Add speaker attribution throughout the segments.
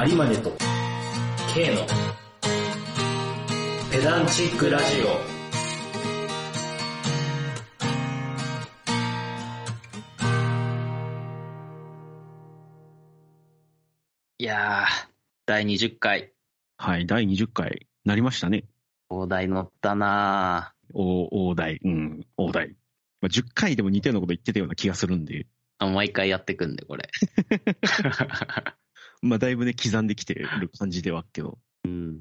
Speaker 1: 有馬ネと K のペダンチックラジオ
Speaker 2: いやー、第20回、
Speaker 3: はい、第20回なりましたね。
Speaker 2: 大台乗ったな
Speaker 3: お大台、うん、大台。まあ、10回でも似たようなこと言ってたような気がするん
Speaker 2: ぁ
Speaker 3: で、
Speaker 2: あ毎回やってくんで、これ。
Speaker 3: まあ、だいぶね、刻んできてる感じではあるけど、
Speaker 2: うん。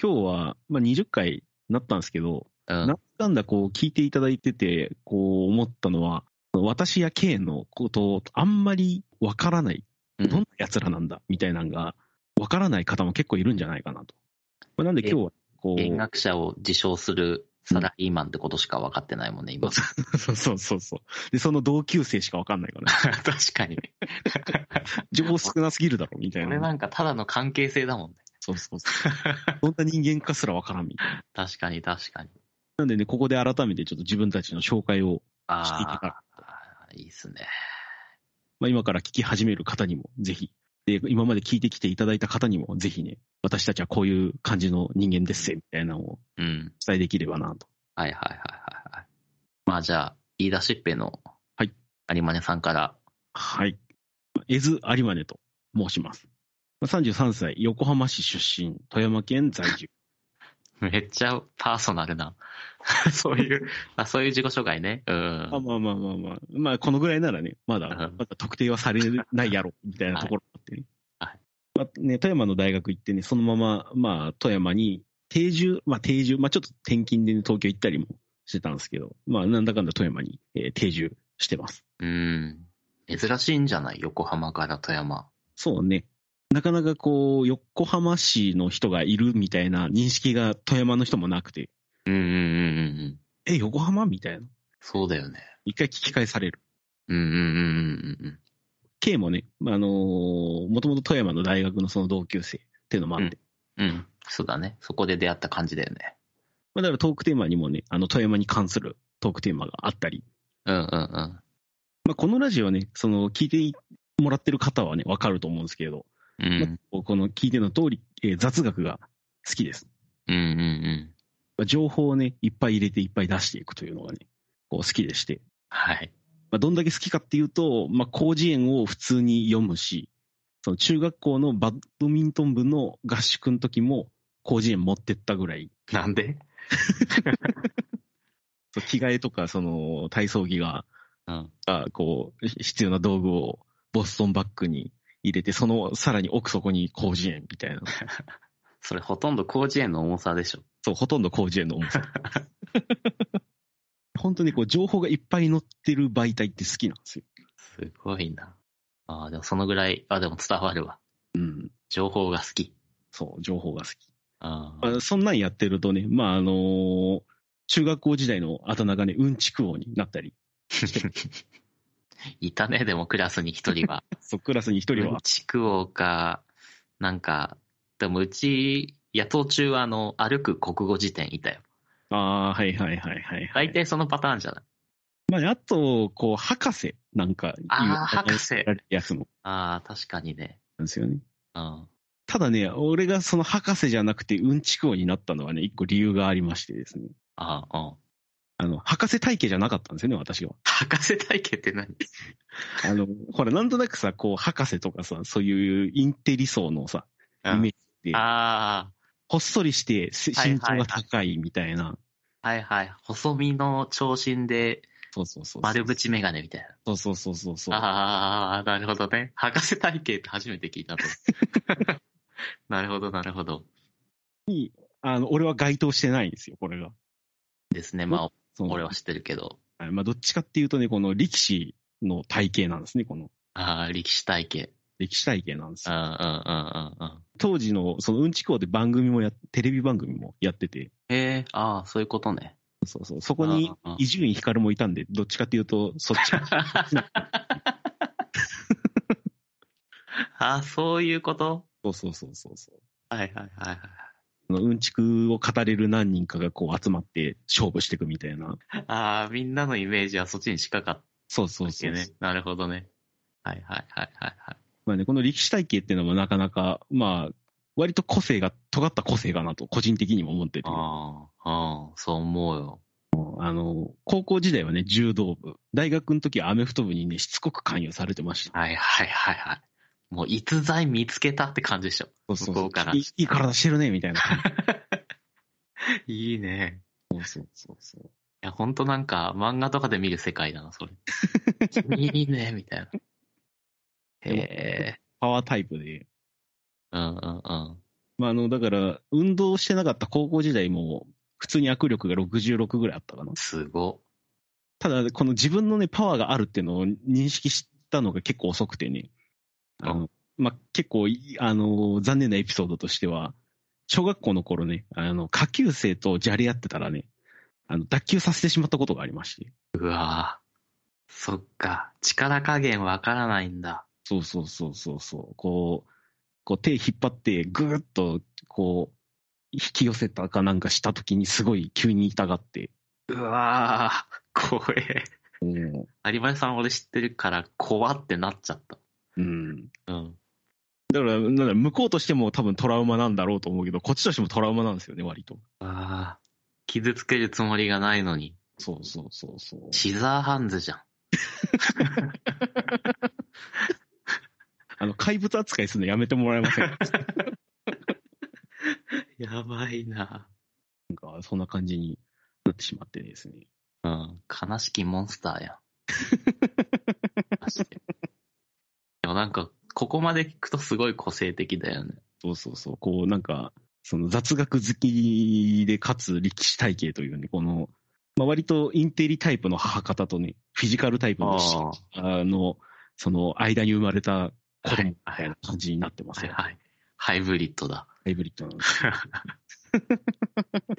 Speaker 3: 今日は、まあ、20回なったんですけど、
Speaker 2: うん
Speaker 3: なんだかんだこう聞いていただいてて、こう思ったのは、私や K のことをあんまりわからない、
Speaker 2: うん
Speaker 3: どんな奴らなんだみたいなのが、わからない方も結構いるんじゃないかなと。まあ、なんで今日は、こ
Speaker 2: 弦
Speaker 3: う、
Speaker 2: 楽者を自称するサラリーマンってことしか分かってないもんね、今。
Speaker 3: そうそうそうそう。で、その同級生しかわかんないから、
Speaker 2: 確 かに。
Speaker 3: 情報少なすぎるだろ、みたい
Speaker 2: 俺
Speaker 3: な。
Speaker 2: なんかただの関係性だもんね。
Speaker 3: そうそうそう。どんな人間かすらわからんみたいな。
Speaker 2: 確かに、確かに。
Speaker 3: なんでね、ここで改めてちょっと自分たちの紹介を、していけ
Speaker 2: あ
Speaker 3: た
Speaker 2: ー
Speaker 3: ら
Speaker 2: あー、いいっすね。
Speaker 3: まあ、今から聞き始める方にもぜひ、で、今まで聞いてきていただいた方にもぜひね、私たちはこういう感じの人間ですぜ、みたいなのを
Speaker 2: うん。
Speaker 3: お伝えできればなと。
Speaker 2: はいはいはいはいはい。まあじゃあ、言い出しっぺの、
Speaker 3: はい。
Speaker 2: 有馬根さんから、
Speaker 3: はい。エズ・アリマネと申します。まあ33歳、横浜市出身、富山県在住。
Speaker 2: めっちゃパーソナルな。 そういう、あ、そういう自己紹介ね。うん。
Speaker 3: まあまあまあまあまあ、まあこのぐらいならね、まだ、
Speaker 2: うん
Speaker 3: まだ特定はされないやろ、みたいなところがあってね。
Speaker 2: はい
Speaker 3: まあね、富山の大学行ってね、そのまま、まあ富山に定住、まあ定住、まあちょっと転勤でね、東京行ったりもしてたんですけど、まあなんだかんだ富山に、えー定住してます。
Speaker 2: うん。珍しいんじゃない横浜から富山。
Speaker 3: そうね。なかなかこう、横浜市の人がいるみたいな認識が富山の人もなくて、
Speaker 2: うんうんうんうんうん。
Speaker 3: え、横浜みたいな。
Speaker 2: そうだよね。
Speaker 3: 一回聞き返される。
Speaker 2: うんうんうんうんうん。
Speaker 3: K もね、まああのー、もともと富山の大学のその同級生っていうのもあって、
Speaker 2: うん。そうだね。そこで出会った感じだよね。
Speaker 3: まあ、だからトークテーマにもね、あの富山に関するトークテーマがあったり、
Speaker 2: うんうんうん。
Speaker 3: まあ、このラジオね、その聞いてもらってる方はね、わかると思うんですけど、
Speaker 2: うん。
Speaker 3: まあこの聞いての通り、えー雑学が好きです。
Speaker 2: うんうんうん。
Speaker 3: まあ、情報をね、いっぱい入れていっぱい出していくというのがね、こう好きでして、
Speaker 2: はい。
Speaker 3: まあ、どんだけ好きかっていうと、まあ、広辞苑を普通に読むし、その中学校のバドミントン部の合宿の時も、広辞苑持ってったぐらい、
Speaker 2: なんで
Speaker 3: そう着替えとか、その体操着が
Speaker 2: うん。
Speaker 3: あこう、ひ必要な道具をボストンバッグに入れて、そのさらに奥底に広辞苑みたいな。
Speaker 2: それほとんど広辞苑の重さでしょ。
Speaker 3: そう、ほとんど広辞苑の重さ。 本当にこう、情報がいっぱい載ってる媒体って好きなんですよ。
Speaker 2: すごいな。ああ、でもそのぐらい、あ、でも伝わるわ。
Speaker 3: うん。
Speaker 2: 情報が好き。
Speaker 3: そう、情報が好き。
Speaker 2: ああ。
Speaker 3: あそんなんやってるとね、まあ、あのー中学校時代のあだ名がね、うんちく王になったり、
Speaker 2: いたね、でもクラスに一人は。
Speaker 3: そう、クラスに一人
Speaker 2: うん
Speaker 3: は、
Speaker 2: ちく王か、なんか、でもうち、野党中はあの、歩く国語辞典いたよ。
Speaker 3: ああ、はいはいはいはい、はい。
Speaker 2: 大体そのパターンじゃない。
Speaker 3: まあ、あと、こう、博士なんかいう、
Speaker 2: ああ、博士。
Speaker 3: やつも
Speaker 2: ああ、確かにね。
Speaker 3: なんですよね。
Speaker 2: うん。
Speaker 3: ただね、俺がその博士じゃなくてうんちく王になったのはね、一個理由がありましてですね。
Speaker 2: ああ、うん。
Speaker 3: あの、博士体系じゃなかったんですよね、私は。
Speaker 2: 博士体系 って何
Speaker 3: あの、 ほら、なんとなくさ、こう、博士とかさ、そういうインテリ層のさ、イメージって、
Speaker 2: あ
Speaker 3: ほっそりして、せ
Speaker 2: はいはい
Speaker 3: 身長が高いみたいな。
Speaker 2: あ、はいはい。細身の長身で
Speaker 3: そうそうそう。
Speaker 2: 丸縁メガネみたいな。
Speaker 3: そうそうそうそうそう。
Speaker 2: ああ、なるほどね。博士体系って初めて聞いたと。 なるほど、なるほど。
Speaker 3: あの、俺は該当してないんですよ、これが。
Speaker 2: ですね。まあ、
Speaker 3: その
Speaker 2: 俺は知ってるけど。
Speaker 3: はいまあ、どっちかっていうとね、この力士の体系なんですね、この。
Speaker 2: ああ、力士体系。
Speaker 3: 歴史体系なんです
Speaker 2: うん
Speaker 3: よ
Speaker 2: うんうんうんうん。
Speaker 3: 当時の、そのうんちく王で番組もや、テレビ番組もやってて、
Speaker 2: へえ、ああ、そういうことね。
Speaker 3: そうそう。そこに
Speaker 2: ああああ
Speaker 3: 伊集院光もいたんで、どっちかっていうと、そっち。
Speaker 2: ああ、そういうこと
Speaker 3: そうそうそうそうそう。
Speaker 2: はいはいはいはい。
Speaker 3: あのうんちくを語れる何人かがこう集まって勝負していくみたいな。
Speaker 2: ああ、みんなのイメージはそっちに近かっ
Speaker 3: そうそ
Speaker 2: た
Speaker 3: う
Speaker 2: っ
Speaker 3: そ
Speaker 2: け
Speaker 3: う。
Speaker 2: ね。なるほどね。はいはいはいはいはい。
Speaker 3: まあね、この力士体系っていうのもなかなか、まあ、割と個性が、尖った個性かなと、個人的にも思ってて。
Speaker 2: ああ、ああ、そう思うよ。
Speaker 3: あの、高校時代はね、柔道部。大学の時はアメフト部にね、しつこく関与されてました。
Speaker 2: はいはいはいはい。もう逸材見つけたって感じでしょ。
Speaker 3: そうそう
Speaker 2: 向こうから
Speaker 3: いいいい体してるね、みたいな。
Speaker 2: いいね。
Speaker 3: そうそうそうそう。
Speaker 2: いや、ほんとなんか漫画とかで見る世界だな、 それ。いいね、みたいな。へえ。
Speaker 3: パワータイプで。
Speaker 2: うんうんうん。
Speaker 3: まあ、あの、だから、運動してなかった高校時代も、普通に握力が66ぐらいあったかな。
Speaker 2: すご。
Speaker 3: ただ、この自分のね、パワーがあるっていうのを認識したのが結構遅くてね。あの、まあ、結構い、あの、残念なエピソードとしては、小学校の頃ね、あの、下級生とじゃれ合ってたらね、あの、脱臼させてしまったことがありまして。
Speaker 2: うわぁ。そっか。力加減わからないんだ。
Speaker 3: そうそうそうそうそう。こう、こう手引っ張って、ぐーっと、こう、引き寄せたかなんかした時にすごい急に痛がって、
Speaker 2: うわぁ。怖え。有馬さん俺知ってるから怖ってなっちゃっ
Speaker 3: うん。
Speaker 2: た。うん。
Speaker 3: だから、なんだろう向こうとしても多分トラウマなんだろうと思うけど、こっちとしてもトラウマなんですよね、割と。
Speaker 2: ああ。傷つけるつもりがないのに。
Speaker 3: そうそうそうそう。
Speaker 2: シザーハンズじゃん。
Speaker 3: あの、怪物扱いするのやめてもらえません か
Speaker 2: やばいな。
Speaker 3: なんか、そんな感じになってしまってですね。
Speaker 2: うん。悲しきモンスターやん。マジででもなんか、ここまで聞くとすごい個性的だよね。
Speaker 3: そうそうそう。こう、なんか、その雑学好きで、かつ力士体系というね、この、まあ、割とインテリタイプの母方とね、フィジカルタイプの父あの、その間に生まれた子供みたいな感じになってます
Speaker 2: はい
Speaker 3: よ。
Speaker 2: はい。ハイブリッドだ。
Speaker 3: ハイブリッドなんで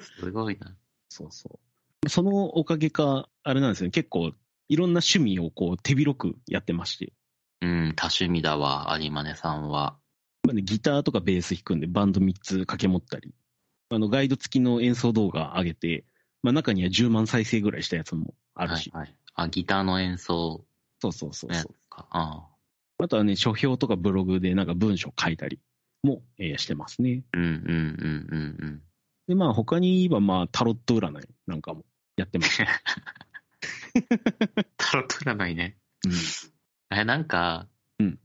Speaker 3: す。
Speaker 2: すごいな。
Speaker 3: そうそう。そのおかげか、あれなんですね、結構、いろんな趣味をこう手広くやってまして、
Speaker 2: うん、多趣味だわ、有馬根さんは。
Speaker 3: まあね、ギターとかベース弾くんで、バンド3つ掛け持ったり、あのガイド付きの演奏動画上げて、まあ、中には10万再生ぐらいしたやつもある
Speaker 2: は
Speaker 3: し
Speaker 2: い、、はい。あ、ギターの演奏
Speaker 3: そうそうそう
Speaker 2: の
Speaker 3: そ
Speaker 2: や
Speaker 3: う
Speaker 2: つ。か。あ
Speaker 3: あとはね、書評とかブログでなんか文章書いたりも、えーしてますね。
Speaker 2: あうんうんうんうんうん。
Speaker 3: で、まあ他に言えば、まあタロット占いなんかもやってます。
Speaker 2: タロット占いね。
Speaker 3: うん
Speaker 2: え、なんか、
Speaker 3: うん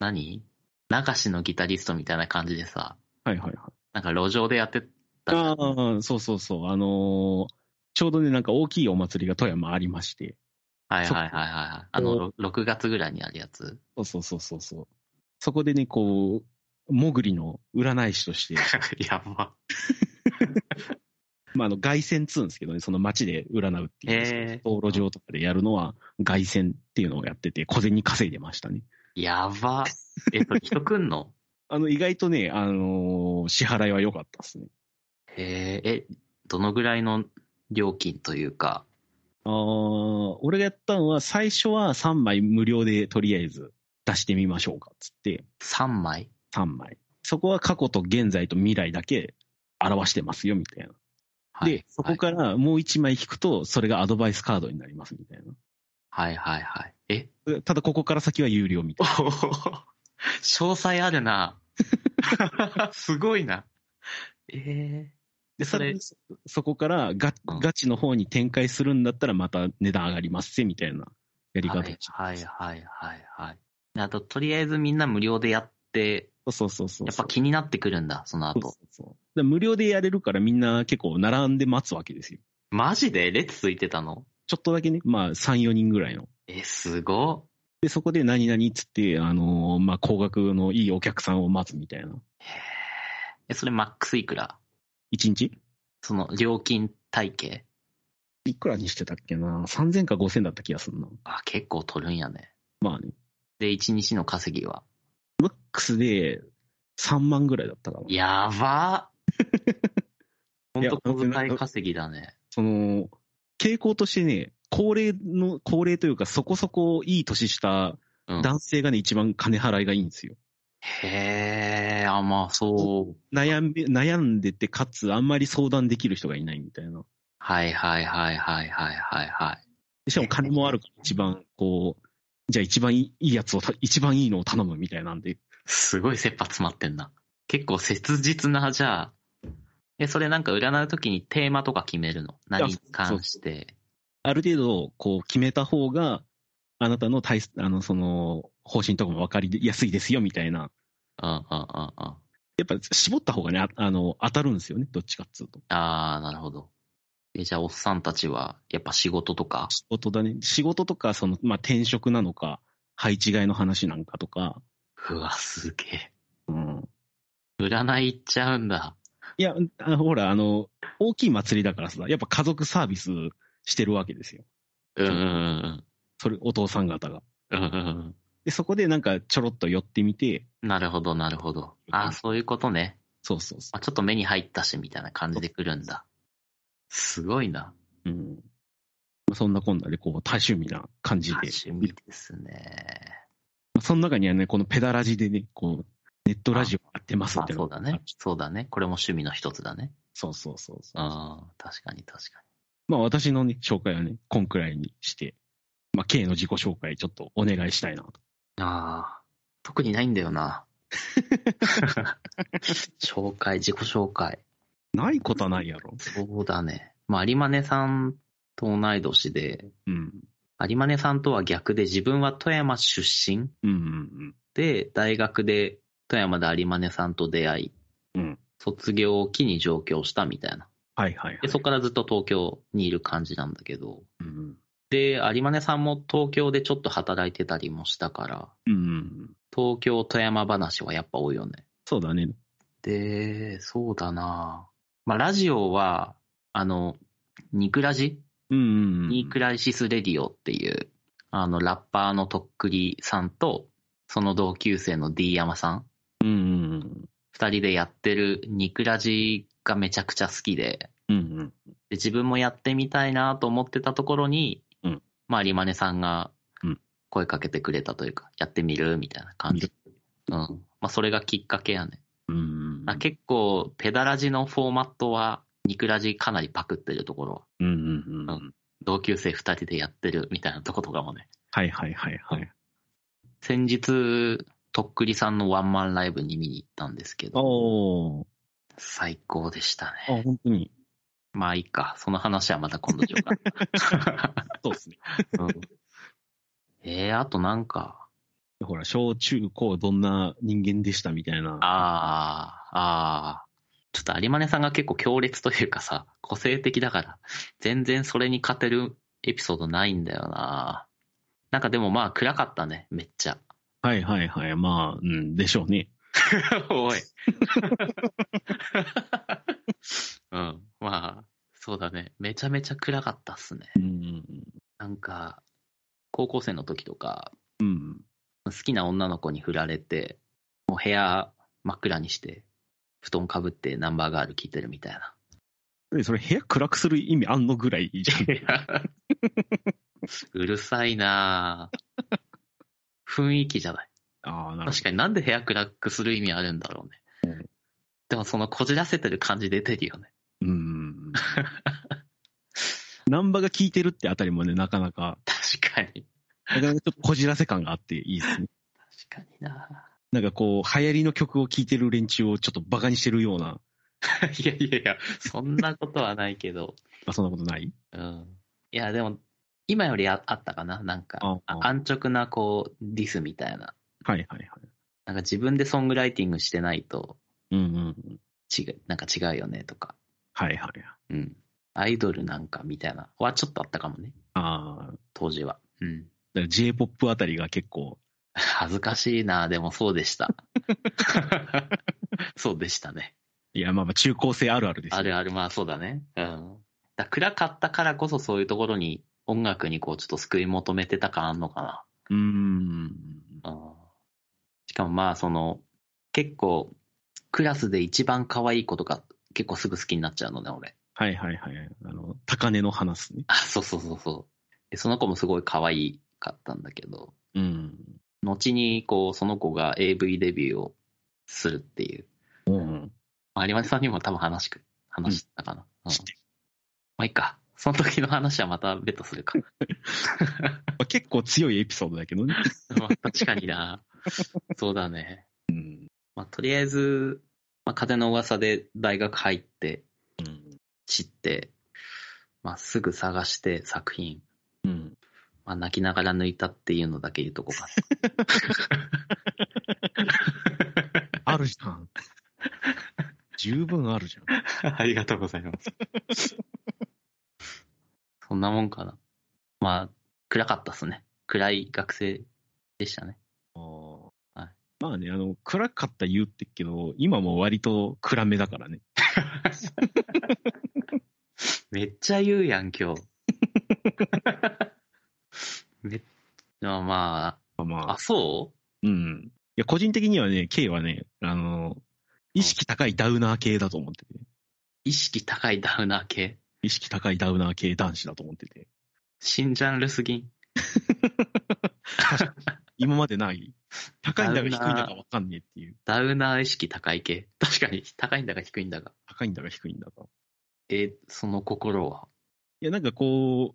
Speaker 2: 何流しのギタリストみたいな感じでさ、
Speaker 3: はいはいはい。
Speaker 2: なんか路上でやってたじゃん
Speaker 3: ああ、そうそうそう。あのーちょうどね、なんか大きいお祭りが富山ありまして、
Speaker 2: はいはいはいはいはい。あの、ろ6月ぐらいにあるや つ。
Speaker 3: そうそうそうそうそう。そこでね、こう、もぐりの占い師として、
Speaker 2: やば。
Speaker 3: まあ、あの、凱旋っつうんですけどね、その街で占うっていうんですけど
Speaker 2: へえ
Speaker 3: 道路上とかでやるのは、凱旋っていうのをやってて、小銭稼いでましたね。
Speaker 2: やば。え、それ人来んの
Speaker 3: あの、意外とね、あのー支払いは良かったですね。
Speaker 2: へえ、え、どのぐらいの料金というか。
Speaker 3: ああ、俺がやったのは、最初は3枚無料でとりあえず出してみましょうかっつって、
Speaker 2: 3枚
Speaker 3: 3枚。そこは過去と現在と未来だけ表してますよ、みたいな。
Speaker 2: はい
Speaker 3: で、そこか
Speaker 2: はい
Speaker 3: らもう1枚引くと、それがアドバイスカードになります、みたい
Speaker 2: はいはいはい。え
Speaker 3: な。ただ、ここから先は有料みたいな。
Speaker 2: 詳細ある な。すごいな。え
Speaker 3: で、
Speaker 2: そ
Speaker 3: さら
Speaker 2: れ
Speaker 3: にそそこからガ
Speaker 2: うん
Speaker 3: ガチの方に展開するんだったら、また値段上がりますぜ、みたいなや
Speaker 2: え
Speaker 3: り方をしてます。
Speaker 2: はいはいはいはい。あと、とりあえずみんな無料でやって、
Speaker 3: そうそうそうそう。
Speaker 2: やっぱ気になってくるんだ、その
Speaker 3: そう
Speaker 2: 後。
Speaker 3: そうそうで無料でやれるから、みんな結構並んで待つわけですよ。
Speaker 2: マジで列ついてたの
Speaker 3: ちょっとだけね、まあ、3、4人ぐらいの。
Speaker 2: え、すごっ。
Speaker 3: で、そこで何々っつって、あのーまあ、高額のいいお客さんを待つみたいな。
Speaker 2: え、それマックスいくら
Speaker 3: 1日
Speaker 2: その料金体系
Speaker 3: いくらにしてたっけな ?3000 か5000だった気がするな。
Speaker 2: あ、結構取るんやね。
Speaker 3: まあね。
Speaker 2: で、1日の稼ぎは。
Speaker 3: マックスで3万ぐらいだったかな。
Speaker 2: やば
Speaker 3: い
Speaker 2: 本
Speaker 3: や
Speaker 2: 当小遣い稼ぎだね。
Speaker 3: その、傾向としてね、高齢の、高齢というかそこそこいい年した
Speaker 2: うん、
Speaker 3: 男性がね、一番金払いがいいんですよ。
Speaker 2: へえ、あ、まあそう。
Speaker 3: 悩んで、悩んでて、かつあんまり相談できる人がいないみたいな。
Speaker 2: はいはいはいはいはいはいはい。
Speaker 3: しかも金もあるから一番、こう、じゃあ一番いいいいやつをた、一番いいのを頼むみたいなんで。
Speaker 2: すごい切羽詰まってんな。結構切実な、じゃあ、え、それなんか占うときにテーマとか決めるの何に関して。
Speaker 3: ある程度、こう、決めた方が、あなたの体、あの、その、方針とかも分かりやすいですよ、みたいな。
Speaker 2: うんうんうんうん。
Speaker 3: やっぱ、絞った方がね、ああの、当たるんですよね、どっちかっつうと。
Speaker 2: ああ、なるほど。え、じゃあ、おっさんたちは、やっぱ仕事とか、
Speaker 3: 仕事だね。仕事とか、その、まあ、転職なのか、配置換えの話なんかとか。
Speaker 2: うわ、すげ
Speaker 3: うん。
Speaker 2: え。占い行っちゃうんだ。
Speaker 3: いや、あほら、あの、大きい祭りだからさ、やっぱ家族サービスしてるわけですよ。
Speaker 2: うんうんうん
Speaker 3: それ、お父さん方が。
Speaker 2: うん。うんうん
Speaker 3: で、そこでなんかちょろっと寄ってみて、
Speaker 2: うん。なるほど、なるほど。ああ、そういうことね。
Speaker 3: そうそうそ
Speaker 2: まあ、ちょっと目に入ったし、みたいな感じで来るんだ。すごいな。
Speaker 3: う。うん。まあそんなこんなで、こう、多趣味な感じで。
Speaker 2: 趣味ですね。
Speaker 3: その中にはね、このペダラジでね、こう、ネットラジオやってます
Speaker 2: ま
Speaker 3: み
Speaker 2: あ
Speaker 3: たいな。
Speaker 2: そうだね。。そうだね。これも趣味の一つだね。
Speaker 3: そうそうそうそう。
Speaker 2: ああ、確かに確か
Speaker 3: まあ私のね、紹介はね、こんくらいにして、まあ、K の自己紹介ちょっとお願いしたいなと。
Speaker 2: に。ああ、特にないんだよ な。紹介、自己紹介。
Speaker 3: ないことはないやろ。
Speaker 2: そうだね。まあ、有馬根さんと同い年で、
Speaker 3: うん。
Speaker 2: 有馬根さんとは逆で自分は富山出身
Speaker 3: うんうん
Speaker 2: で、大学で富山で有馬根さんと出会い、
Speaker 3: うん。うん。
Speaker 2: 卒業を機に上京したみたいな。
Speaker 3: はいはいはい。
Speaker 2: で、そこからずっと東京にいる感じなんだけど、
Speaker 3: うん
Speaker 2: で、有馬根さんも東京でちょっと働いてたりもしたから、
Speaker 3: うんうん。
Speaker 2: 東京富山話はやっぱ多いよね。
Speaker 3: そうだね。
Speaker 2: で、そうだなまあ、ラジオは、あの、ニクラジ
Speaker 3: うんうんうん。
Speaker 2: ニークライシスレディオっていう、あの、ラッパーのとっくりさんと、その同級生の D 山さん、
Speaker 3: うんうん
Speaker 2: 二人でやってるニクラジがめちゃくちゃ好きで、
Speaker 3: うん。うんうん。
Speaker 2: で自分もやってみたいなと思ってたところに、
Speaker 3: うん
Speaker 2: まあ、リマネさんが
Speaker 3: うん
Speaker 2: 声かけてくれたというか、やってみるみたいな感じ。うん。まあ、それがきっかけやね。
Speaker 3: うん
Speaker 2: あ結構、ペダラジのフォーマットは、ニクラジかなりパクってるところは、
Speaker 3: うんうんうん。
Speaker 2: 同級生二人でやってるみたいなとことかもね、
Speaker 3: はいはいはいはい。
Speaker 2: 先日、とっくりさんのワンマンライブに見に行ったんですけど、
Speaker 3: おー。
Speaker 2: 最高でした
Speaker 3: あ、
Speaker 2: ね。
Speaker 3: 本当に。
Speaker 2: まあいいか、その話はまた今度しようか
Speaker 3: そうですね。
Speaker 2: な。 うんえー、あとなんか、
Speaker 3: ほら、小中高どんな人間でしたみたいな。
Speaker 2: あー、あー、ちょっと有馬根さんが結構強烈というかさ、個性的だから、全然それに勝てるエピソードないんだよな。なんかでもまあ暗かったね、めっちゃ。
Speaker 3: はいはいはい。まあ、うん、でしょうね。
Speaker 2: おい。 うん。まあ、そうだね。めちゃめちゃ暗かったっすね。
Speaker 3: うん。
Speaker 2: なんか、高校生の時とか、
Speaker 3: うん。
Speaker 2: 好きな女の子に振られて、もう部屋真っ暗にして、布団かぶってナンバーガール聞いてるみたいな。
Speaker 3: でそれ部屋暗くする意味あんのぐらいじゃん。
Speaker 2: うるさいなぁ。雰囲気じゃない。
Speaker 3: ああ、なる
Speaker 2: 確かになんで部屋暗くする意味あるんだろうね。でもそのこじらせてる感じ出てるよね。
Speaker 3: に。うん。ナンバが効いてるってあたりもね、なかなか、
Speaker 2: 確かに。
Speaker 3: なかなかちょっとこじらせ感があっていいですね。
Speaker 2: 確かにな。
Speaker 3: なんかこう、流行りの曲を聴いてる連中をちょっとバカにしてるような、
Speaker 2: いやいやいや、そんなことはないけど。
Speaker 3: あそんなことない
Speaker 2: うん。いや、でも、今よりああったかななんか、
Speaker 3: あ
Speaker 2: あ
Speaker 3: あ
Speaker 2: 安直な、こう、ディスみたいな。
Speaker 3: はいはいはい。
Speaker 2: なんか自分でソングライティングしてないと、
Speaker 3: うんうん。
Speaker 2: 違う、なんか違うよね、とか。
Speaker 3: はいはい。
Speaker 2: うん。アイドルなんかみたいなはちょっとあったかもね、
Speaker 3: ああ、
Speaker 2: 当時は。うん。
Speaker 3: だから J-POP あたりが結構、
Speaker 2: 恥ずかしいな、でもそうで した。そうでしたね。
Speaker 3: いや、まあまあ中高生あるあるですよ
Speaker 2: あるある、まあそうだね。うん。だ暗かったからこそそういうところに、音楽にこうちょっと救い求めてた感あんのか
Speaker 3: うーん。
Speaker 2: な。うん。しかもまあその、結構、クラスで一番可愛い子とか結構すぐ好きになっちゃうのね、俺。
Speaker 3: はいはいはい。あの、高値の話ね。
Speaker 2: あ、そうそうそうそう。でその子もすごい可愛かったんだけど、
Speaker 3: うん。
Speaker 2: 後にこうその子が AV デビューをするっていう。
Speaker 3: うん。
Speaker 2: まあ有馬さんにも多分話く、話したかな。うん
Speaker 3: 知って
Speaker 2: まあいいか。その時の話はまた別途する か。
Speaker 3: まあ結構強いエピソードだけどね。
Speaker 2: まあ、確かにな。そうだね。まあ、とりあえず、まあ、風の噂で大学入って、知って、まあ、すぐ探して作品、
Speaker 3: うん。
Speaker 2: まあ、泣きながら抜いたっていうのだけ言うとこか
Speaker 3: あるじゃん。十分あるじゃん。
Speaker 2: な。ありがとうございます。 そんなもんかな。まあ、暗かったっすね。暗い学生でしたね。
Speaker 3: まあね、あの、暗かった言うってっけど、今も割と暗めだからね。
Speaker 2: めっちゃ言うやん、 今日。めまあま
Speaker 3: まあま
Speaker 2: あ、
Speaker 3: あ
Speaker 2: あ、、そう
Speaker 3: うん。いや、個人的にはね、K はね、あの、意識高いダウナー系だと思ってて。
Speaker 2: 意識高いダウナー系。
Speaker 3: 意識高いダウナー系男子だと思ってて。
Speaker 2: 新ジャンルすぎん。
Speaker 3: 今までない。高いんだか低いん
Speaker 2: ダウ
Speaker 3: だ
Speaker 2: ナ
Speaker 3: か
Speaker 2: ー
Speaker 3: わかんねえっていう。
Speaker 2: ダウナー意識高い系。確かに、高いんだか低いんだか。
Speaker 3: 高いんだか低いんだか。
Speaker 2: え、その心は。
Speaker 3: いや、なんかこう、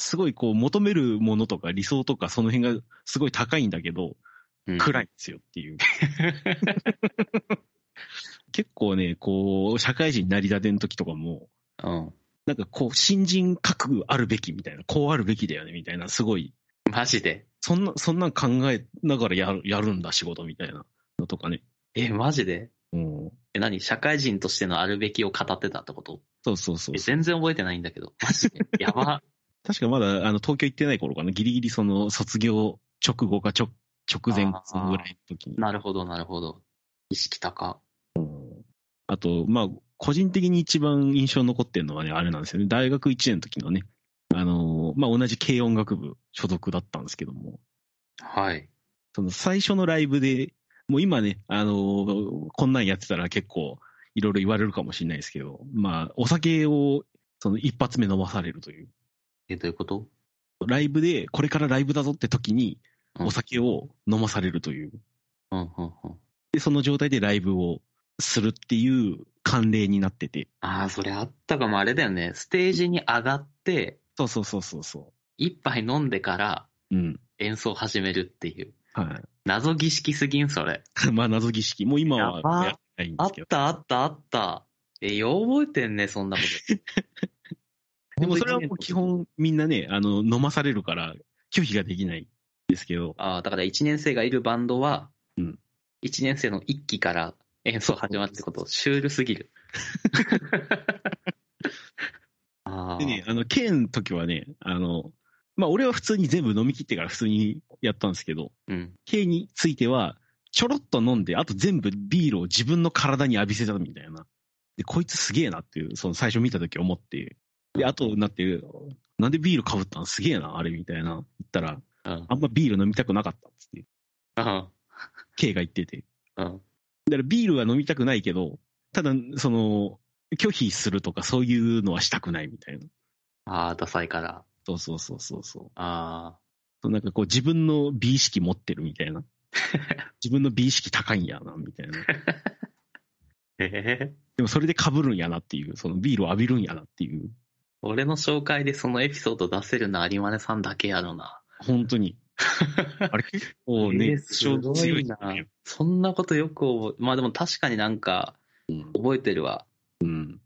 Speaker 3: すごいこう、求めるものとか理想とか、その辺がすごい高いんだけど、
Speaker 2: うん
Speaker 3: 暗いんですよっていう。 結構ね、こう、社会人になりたての時とかも、
Speaker 2: うん。
Speaker 3: なんかこう、新人覚悟あるべきみたいな、こうあるべきだよねみたいな、すごい、
Speaker 2: マジで。
Speaker 3: そんな、そんなん考えながらやる、やるんだ仕事みたいなのとかね。
Speaker 2: え、マジで
Speaker 3: うん。
Speaker 2: え、何社会人としてのあるべきを語ってたってこと
Speaker 3: そうそうそう
Speaker 2: え、。全然覚えてないんだけ ど。マジで。やば。
Speaker 3: 確かまだ、あの、東京行ってない頃かな、ギリギリその、卒業直後か直、直前
Speaker 2: あー、
Speaker 3: そのぐらいの時に。
Speaker 2: なるほど、なるほど。意識高。
Speaker 3: あと、まあ、個人的に一番印象に残ってるのはね、あれなんですよね。大学1年の時のね、あのーまあ、同じ軽音楽部所属だったんですけども、
Speaker 2: はい。
Speaker 3: その最初のライブで、もう今ね、あのーこんなんやってたら結構いろいろ言われるかもしれないですけど、まあ、お酒をその一発目飲まされるという。
Speaker 2: え、どういうこと
Speaker 3: ライブで、これからライブだぞって時
Speaker 2: う
Speaker 3: に、
Speaker 2: ん
Speaker 3: お酒を飲まされるという。
Speaker 2: うん、うん、うん。
Speaker 3: で、その状態でライブをするっていう慣例になってて。
Speaker 2: ああ、それあったかも。あれだよね。ステージに上がって、
Speaker 3: そうそうそうそうそ
Speaker 2: 一杯飲んでから
Speaker 3: う。うん。
Speaker 2: 演奏始めるっていう。
Speaker 3: はい。
Speaker 2: 謎儀式すぎん、それ。
Speaker 3: まあ、謎儀式。もう今は
Speaker 2: やば
Speaker 3: やってないんで
Speaker 2: あ
Speaker 3: す
Speaker 2: っ
Speaker 3: けど。
Speaker 2: たあったあった。え、よう覚えてんね、そんな こと。
Speaker 3: でもそれはもう基。本みんなね、あの、飲まされるから拒否ができないんですけど、
Speaker 2: ああ、だから1年生がいるバンドは、
Speaker 3: うん
Speaker 2: 1年生の1期から演奏始まるってこと、シュールす ぎる。あ
Speaker 3: で
Speaker 2: あ、
Speaker 3: ね、あの、K の時はね、あの、まあ俺は普通に全部飲み切ってから普通にやったんですけど、
Speaker 2: うん。
Speaker 3: K については、ちょろっと飲んで、あと全部ビールを自分の体に浴びせたみたいな。で、こいつすげえなっていう、その最初見た時思って、で、あとなって、なんでビールかぶったのすげえな、あれみたいな。言ったら、
Speaker 2: うん。
Speaker 3: あんまビール飲みたくなかったっつって、
Speaker 2: うん。
Speaker 3: K が言ってて。
Speaker 2: うん。
Speaker 3: だからビールは飲みたくないけど、ただ、その、拒否するとかそういうのはしたくないみたいな。
Speaker 2: ああ、ダサいから。
Speaker 3: そうそうそうそうそう
Speaker 2: あ
Speaker 3: そう。なんかこう自分の美意識持ってるみた いな。自分の美意識高いんやな、みたいな。
Speaker 2: あ。ええ
Speaker 3: でもそれで被るんやなっていう、そのビールを浴びるんやなっていう。
Speaker 2: 俺の紹介でそのエピソード出せるのは有馬さんだけやろな。
Speaker 3: 本 当に。あれ結構
Speaker 2: え
Speaker 3: ね、
Speaker 2: ーすごいな。そんなことよく覚え、まあでも確かになんか
Speaker 3: うん
Speaker 2: 覚えてるわ。
Speaker 3: うん。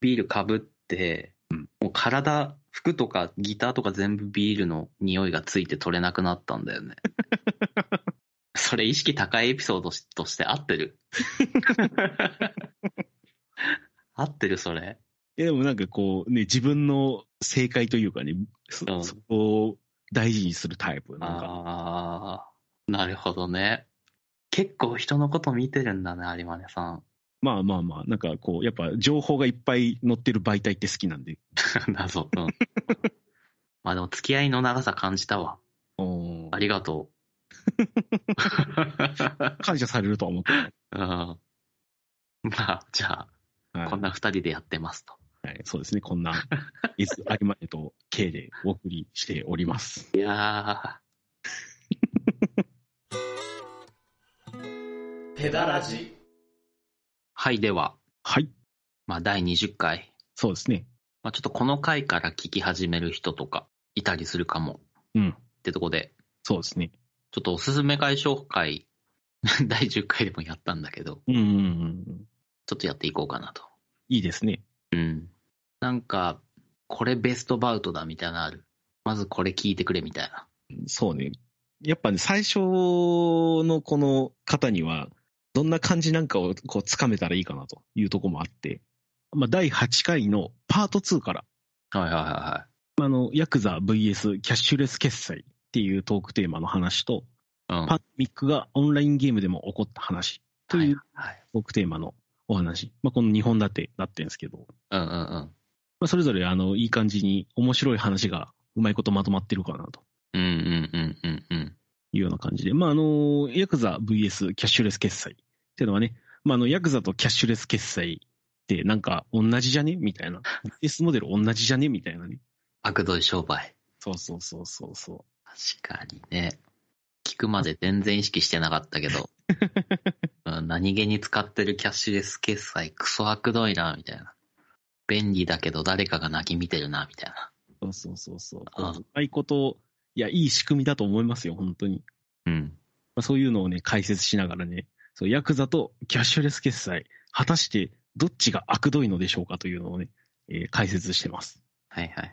Speaker 2: ビールかぶって、もう体、服とかギターとか全部ビールの匂いがついて取れなくなったんだよ ね。それ意識高いエピソードとして合って る合ってるそれ。
Speaker 3: いやでもなんかこうね、自分の正解というかね、そ,、
Speaker 2: うん
Speaker 3: そこを大事にするタイプ。なんか、
Speaker 2: ああ、なるほどね。結構人のこと見てるんだね、有馬根さん。
Speaker 3: まあまあまあ、なんかこう、やっぱ情報がいっぱい載ってる媒体って好きなんで。
Speaker 2: 謎。 うん。まあでも付き合いの長さ感じたわ。ありがとう。
Speaker 3: 感謝されるとは思ってない。
Speaker 2: うん。まあ、じゃ
Speaker 3: は
Speaker 2: あ、
Speaker 3: い
Speaker 2: こんな二人でやってますと。
Speaker 3: はいそうですね、こん な、いつ、ありまねと K でお送りしております。
Speaker 2: いや
Speaker 1: ペダラジ
Speaker 2: はい、では、
Speaker 3: はい、
Speaker 2: まあ、第20回。
Speaker 3: そうですね。
Speaker 2: まあ、ちょっとこの回から聞き始める人とかいたりするかも。
Speaker 3: うん
Speaker 2: ってとこで、
Speaker 3: そうですね。
Speaker 2: ちょっとおすすめ回紹介、 第10回でもやったんだけど、
Speaker 3: うんうんうん。
Speaker 2: ちょっとやっていこうかなと。
Speaker 3: いいですね。
Speaker 2: うん。なんか、これベストバウトだみたいなのある。まずこれ聞いてくれみたいな。
Speaker 3: そうね。やっぱね、最初のこの方には、どんな感じなんかをこう掴めたらいいかなというとこもあって、まあ、第8回のパート2から、
Speaker 2: はいはいはいは
Speaker 3: あの、ヤクザ VS キャッシュレス決済っていうトークテーマの話と、
Speaker 2: い。うん。
Speaker 3: パンデミックがオンラインゲームでも起こった話という
Speaker 2: はいはい。
Speaker 3: トークテーマのお話。まあ、この2本立てだってんですけど、
Speaker 2: うんうんうん。
Speaker 3: まあ、それぞれあの、いい感じに面白い話がうまいことまとまってるかなと。
Speaker 2: うんうんうんうんうん。
Speaker 3: いうような感じで、まあ、あの、ヤクザ VS キャッシュレス決済っていうのはね、まあ、あの、ヤクザとキャッシュレス決済ってなんか同じじゃねみたいな。S モデル同じじゃねみたいなね。
Speaker 2: 悪どい商売。
Speaker 3: そうそうそうそうそ
Speaker 2: 確かにね。聞くまで全然意識してなかったけ ど、うん何気に使ってるキャッシュレス決済、クソ悪どいな、みたいな。便利だけど誰かが泣き見てるな、みたいな。
Speaker 3: う。そうそうそうそう。
Speaker 2: あ
Speaker 3: うまいこと、いや、いい仕組みだと思いますよ、本当に。
Speaker 2: うん。
Speaker 3: まあ、そういうのをね、解説しながらね、そう、ヤクザとキャッシュレス決済、果たしてどっちが悪どいのでしょうかというのをね、えー解説してます。
Speaker 2: はいはいはい。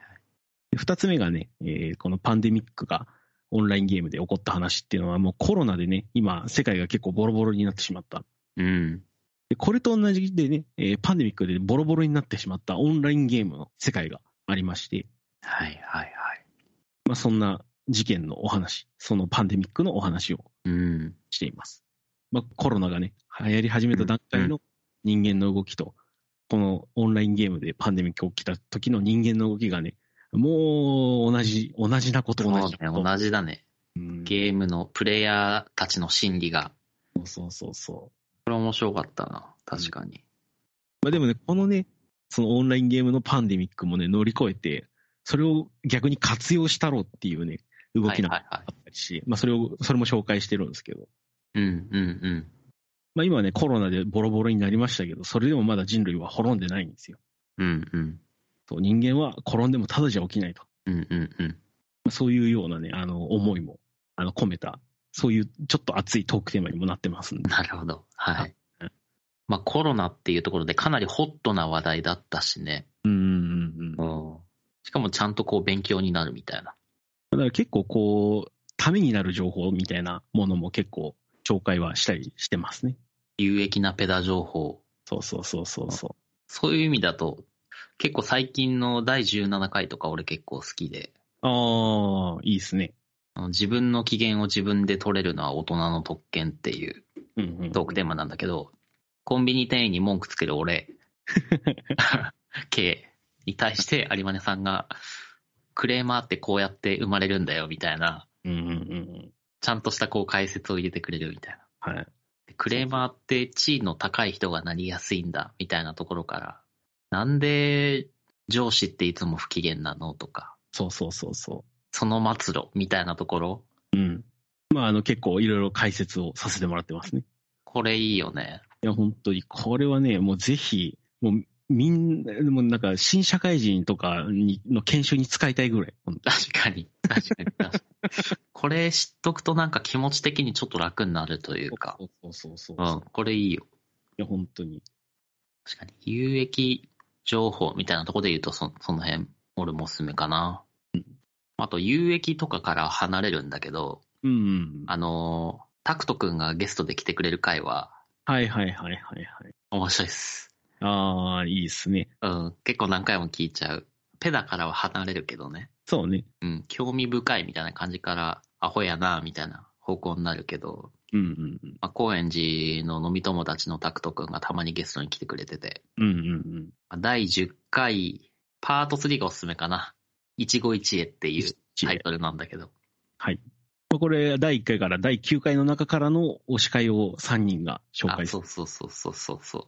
Speaker 3: で二つ目がね、えーこのパンデミックがオンラインゲームで起こった話っていうのはもうコロナでね、今世界が結構ボロボロになってしまった。
Speaker 2: うん。
Speaker 3: でこれと同じでね、えーパンデミックでボロボロになってしまったオンラインゲームの世界がありまして、
Speaker 2: はいはいはい。
Speaker 3: まあ、そんな事件のお話、そのパンデミックのお話を
Speaker 2: うん。
Speaker 3: しています。まあ、コロナがね、流行り始めた段階の人間の動きと、このオンラインゲームでパンデミック起きた時の人間の動きがね、もう同じ、同じなこと
Speaker 2: そ
Speaker 3: 同
Speaker 2: う
Speaker 3: じ
Speaker 2: ね
Speaker 3: なこと。、
Speaker 2: 同じだね。
Speaker 3: うん
Speaker 2: ゲームのプレイヤーたちの心理が。
Speaker 3: そうそうそう。
Speaker 2: これ面白かったな。確かに。
Speaker 3: まあでもね、このね、そのオンラインゲームのパンデミックもね、乗り越えて、それを逆に活用したろうっていうね、動き
Speaker 2: はいは
Speaker 3: なんか
Speaker 2: いは
Speaker 3: あったりし、まあそれを、それも紹介してるんですけど、
Speaker 2: い。うんうんうん。
Speaker 3: まあ今ね、コロナでボロボロになりましたけど、それでもまだ人類は滅んでないんですよ。
Speaker 2: うんうん。
Speaker 3: そう人間は転んでもただじゃ起きないと。
Speaker 2: うんうんうん。
Speaker 3: まあそういうようなね、あの、思いも、あの、込めた、そういうちょっと熱いトークテーマにもなってますんで。
Speaker 2: なるほど。はい
Speaker 3: うん。
Speaker 2: まあコロナっていうところでかなりホットな話題だったしね。
Speaker 3: うんうんうんうん。だ
Speaker 2: ん。しかもちゃんとこう勉強になるみたいな。
Speaker 3: から結構こう、ためになる情報みたいなものも結構紹介はしたりしてますね。
Speaker 2: 有益なペダ情報。
Speaker 3: そうそうそうそうそ
Speaker 2: そういう意味だと、結構最近の第17回とか俺結構好きで、
Speaker 3: う。ああ、いいですね。
Speaker 2: あの自分の機嫌を自分で取れるのは大人の特権っていう
Speaker 3: うんうん。
Speaker 2: トークテーマなんだけど、コンビニ店員に文句つける俺、系に対して有馬根さんが、クレーマーってこうやって生まれるんだよみたいな
Speaker 3: うんうんうん。
Speaker 2: ちゃんとしたこう解説を入れてくれるみたいな。
Speaker 3: はい。
Speaker 2: でクレーマーって地位の高い人がなりやすいんだみたいなところから、なんで上司っていつも不機嫌なのとか、
Speaker 3: そうそうそうそ
Speaker 2: その末路みたいなところ、
Speaker 3: う。うん。まあ、あの、結構いろいろ解説をさせてもらってますね。
Speaker 2: これいいよね。
Speaker 3: いや、本当に、これはね、もうぜひ、もう、みんな、もうなんか、新社会人とかにの研修に使いたいぐらい。本当
Speaker 2: 確かに。確かに。確かにこれ知っとくとなんか気持ち的にちょっと楽になるというか、
Speaker 3: そうそうそうそう。
Speaker 2: うん、
Speaker 3: い
Speaker 2: これいいよ。
Speaker 3: や、本当に。
Speaker 2: 確かに。有益情報みたいなところで言うとそ、その辺、俺もおすすめかな。あと、有益とかから離れるんだけど、
Speaker 3: うんうん。
Speaker 2: あのー、タクト君がゲストで来てくれる回は
Speaker 3: はいはいはいはいはい。
Speaker 2: 面白いです。
Speaker 3: ああ、いいですね。
Speaker 2: うん、結構何回も聞いちゃう。ペダからは離れるけどね。
Speaker 3: そうね。
Speaker 2: うん、興味深いみたいな感じから、アホやな、みたいな方向になるけど、
Speaker 3: うんうん
Speaker 2: まあ、高円寺の飲み友達のタクト君がたまにゲストに来てくれてて、
Speaker 3: うん。うんうんうん。
Speaker 2: まあ第10回、パート3がおすすめかな。一期一会っていうタイトルなんだけど。
Speaker 3: まあこれ、第1回から第9回の中からの推し会を3人が紹
Speaker 2: あ、
Speaker 3: 介す
Speaker 2: そ
Speaker 3: る
Speaker 2: うそうそうそうそうそ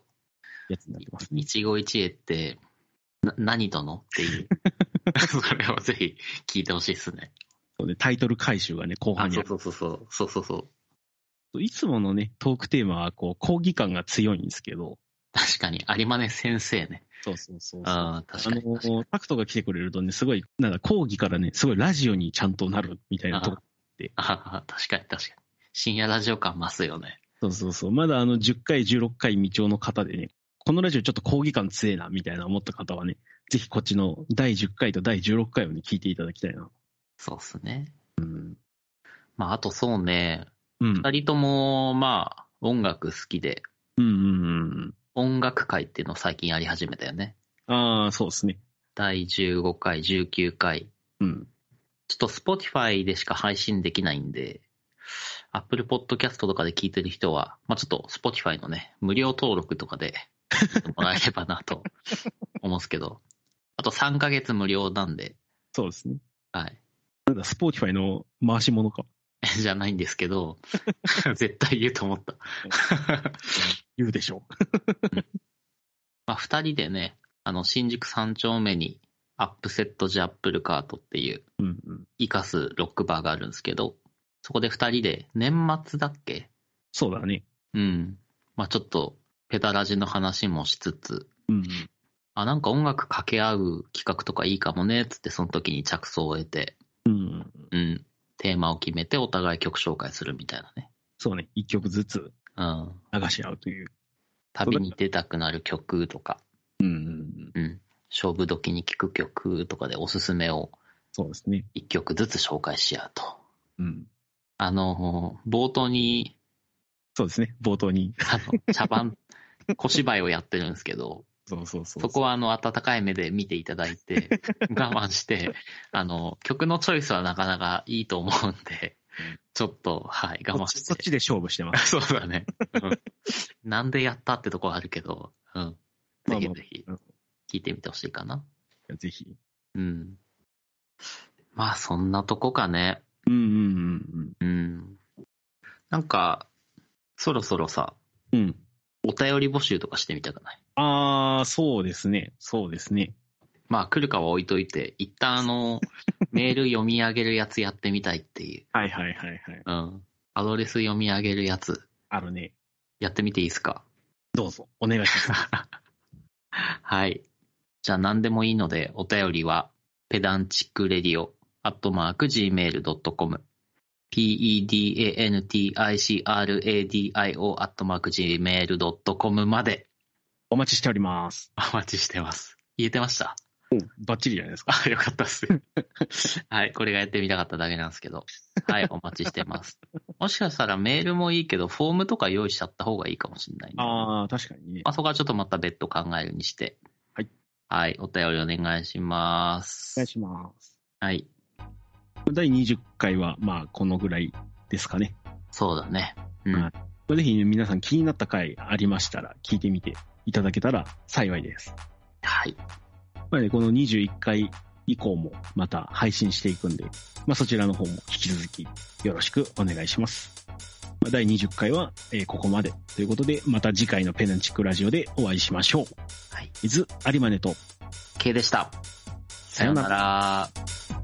Speaker 2: う。
Speaker 3: やつになってますね。
Speaker 2: 一期一会って、な何とのって いう。それをぜひ聞いてほしいですね。
Speaker 3: そうねタイトル回収がね、後
Speaker 2: あ
Speaker 3: 半に
Speaker 2: そう
Speaker 3: ある
Speaker 2: そうそうそう。そうそうそう。
Speaker 3: いつものね、トークテーマは、こう、講義感が強いんですけど、
Speaker 2: 確かに、有馬根先生ね。
Speaker 3: そうそうそうそう。
Speaker 2: ああ、確かに。
Speaker 3: あの、タクトが来てくれるとね、すごい、なんか講義からね、すごいラジオにちゃんとなるみたいなとこ。
Speaker 2: ああ、確かに確かに。深夜ラジオ感増すよね。
Speaker 3: そうそうそう。まだあの、10回、16回未調の方でね、このラジオちょっと講義感強えな、みたいな思った方はね、ぜひこっちの第10回と第16回をね、聞いていただきたいな。
Speaker 2: そうっすね。
Speaker 3: うん。
Speaker 2: まあ、あとそうね、
Speaker 3: うん。
Speaker 2: 二人とも、まあ、音楽好きで、
Speaker 3: うんうんうん。
Speaker 2: 音楽会っていうのを最近やり始めたよね。
Speaker 3: ああ、そうですね。
Speaker 2: 第15回、19回。
Speaker 3: うん。
Speaker 2: ちょっと Spotify でしか配信できないんで、Apple Podcast とかで聞いてる人は、まあちょっと Spotify のね、無料登録とかで聞いてもらえればな と思うんですけど、あと3ヶ月無料なんで、
Speaker 3: そうですね。
Speaker 2: はい。
Speaker 3: なんだ、スポーティファイの回し者か。
Speaker 2: じゃないんですけど、 絶対言うと思った。
Speaker 3: 言うでしょ
Speaker 2: まあ、二人でね、あの、新宿三丁目に、アップセットジアップルカートっていう、
Speaker 3: う。うんうん。
Speaker 2: イカスロックバーがあるんですけど、そこで二人で、年末だっけ
Speaker 3: そうだね。
Speaker 2: うん。まあ、ちょっと、ペダラジの話もしつつ、
Speaker 3: うんうん。
Speaker 2: あ、なんか音楽掛け合う企画とかいいかもね、つってその時に着想を得て、
Speaker 3: うん。
Speaker 2: うん。テーマを決めてお互い曲紹介するみたいなね。
Speaker 3: そうね。一曲ずつ
Speaker 2: うん。
Speaker 3: 流し合うという。
Speaker 2: 旅に出たくなる曲とか、
Speaker 3: うんうんうん。
Speaker 2: うん。勝負時に聴く曲とかでおすすめを
Speaker 3: そうですね。
Speaker 2: 一曲ずつ紹介し合うと。
Speaker 3: うん。
Speaker 2: あの、冒頭に、
Speaker 3: そうですね。冒頭に。
Speaker 2: あの、茶番、小芝居をやってるんですけど、
Speaker 3: そうそうそう
Speaker 2: そこはあの、温かい目で見ていただいて、我慢して、あの、曲のチョイスはなかなかいいと思うんで、ちょっと、はい、我慢
Speaker 3: そ
Speaker 2: し。
Speaker 3: そってちで勝負してま
Speaker 2: そ
Speaker 3: す。
Speaker 2: うだね。うんなんでやったってとこはあるけど、うん。ぜ
Speaker 3: まあ
Speaker 2: ひ
Speaker 3: まあ
Speaker 2: ぜひ、聞いてみてほしいかな。
Speaker 3: ぜひ。
Speaker 2: うん。まあ、そんなとこかね。
Speaker 3: うんうん
Speaker 2: う
Speaker 3: うん
Speaker 2: ん。なんか、そろそろさ、
Speaker 3: うん。うん。
Speaker 2: お便り募集とかしてみたくない
Speaker 3: ああ、そうですね。そうですね。
Speaker 2: まあ来るかは置いといて、一旦あの、メール読み上げるやつやってみたいっていう。
Speaker 3: はいはいはいはい。
Speaker 2: うん。アドレス読み上げるやつ、
Speaker 3: あるね。
Speaker 2: やってみていいですか
Speaker 3: どうぞ、お願いします。
Speaker 2: はい。じゃあ何でもいいので、お便りは、ペダンチックレディオ、アットマーク、gmail.com、pedanticradio、アットマーク、gmail.com まで
Speaker 3: お待ちしております。
Speaker 2: お待ちしてます。言えてました
Speaker 3: バッチリじゃないですか。
Speaker 2: あ、よかったっ す。はい、これがやってみたかっただけなんですけど。はい、お待ちして ます。もしかしたらメールもいいけど、フォームとか用意しちゃった方がいいかもしれない、ね。
Speaker 3: ああ、確かにね
Speaker 2: ま。あ、そこはちょっとまた別途考えるにして。
Speaker 3: はい。
Speaker 2: はい、お便りお願いします。
Speaker 3: お願いします。
Speaker 2: はい、
Speaker 3: 第20回は、まあ、このぐらいですかね。
Speaker 2: そうだね。うん。
Speaker 3: はいぜひ、ね、皆さん気になった回ありましたら、聞いてみていただけたら幸いです。
Speaker 2: はい。
Speaker 3: まあね、この21回以降もまた配信していくんで、まあ、そちらの方も引き続きよろしくお願いします。まあ第20回は、えーここまでということで、また次回のペナンチックラジオでお会いしましょう。
Speaker 2: はい。
Speaker 3: 伊豆有馬ネと
Speaker 2: K でした。さようなら。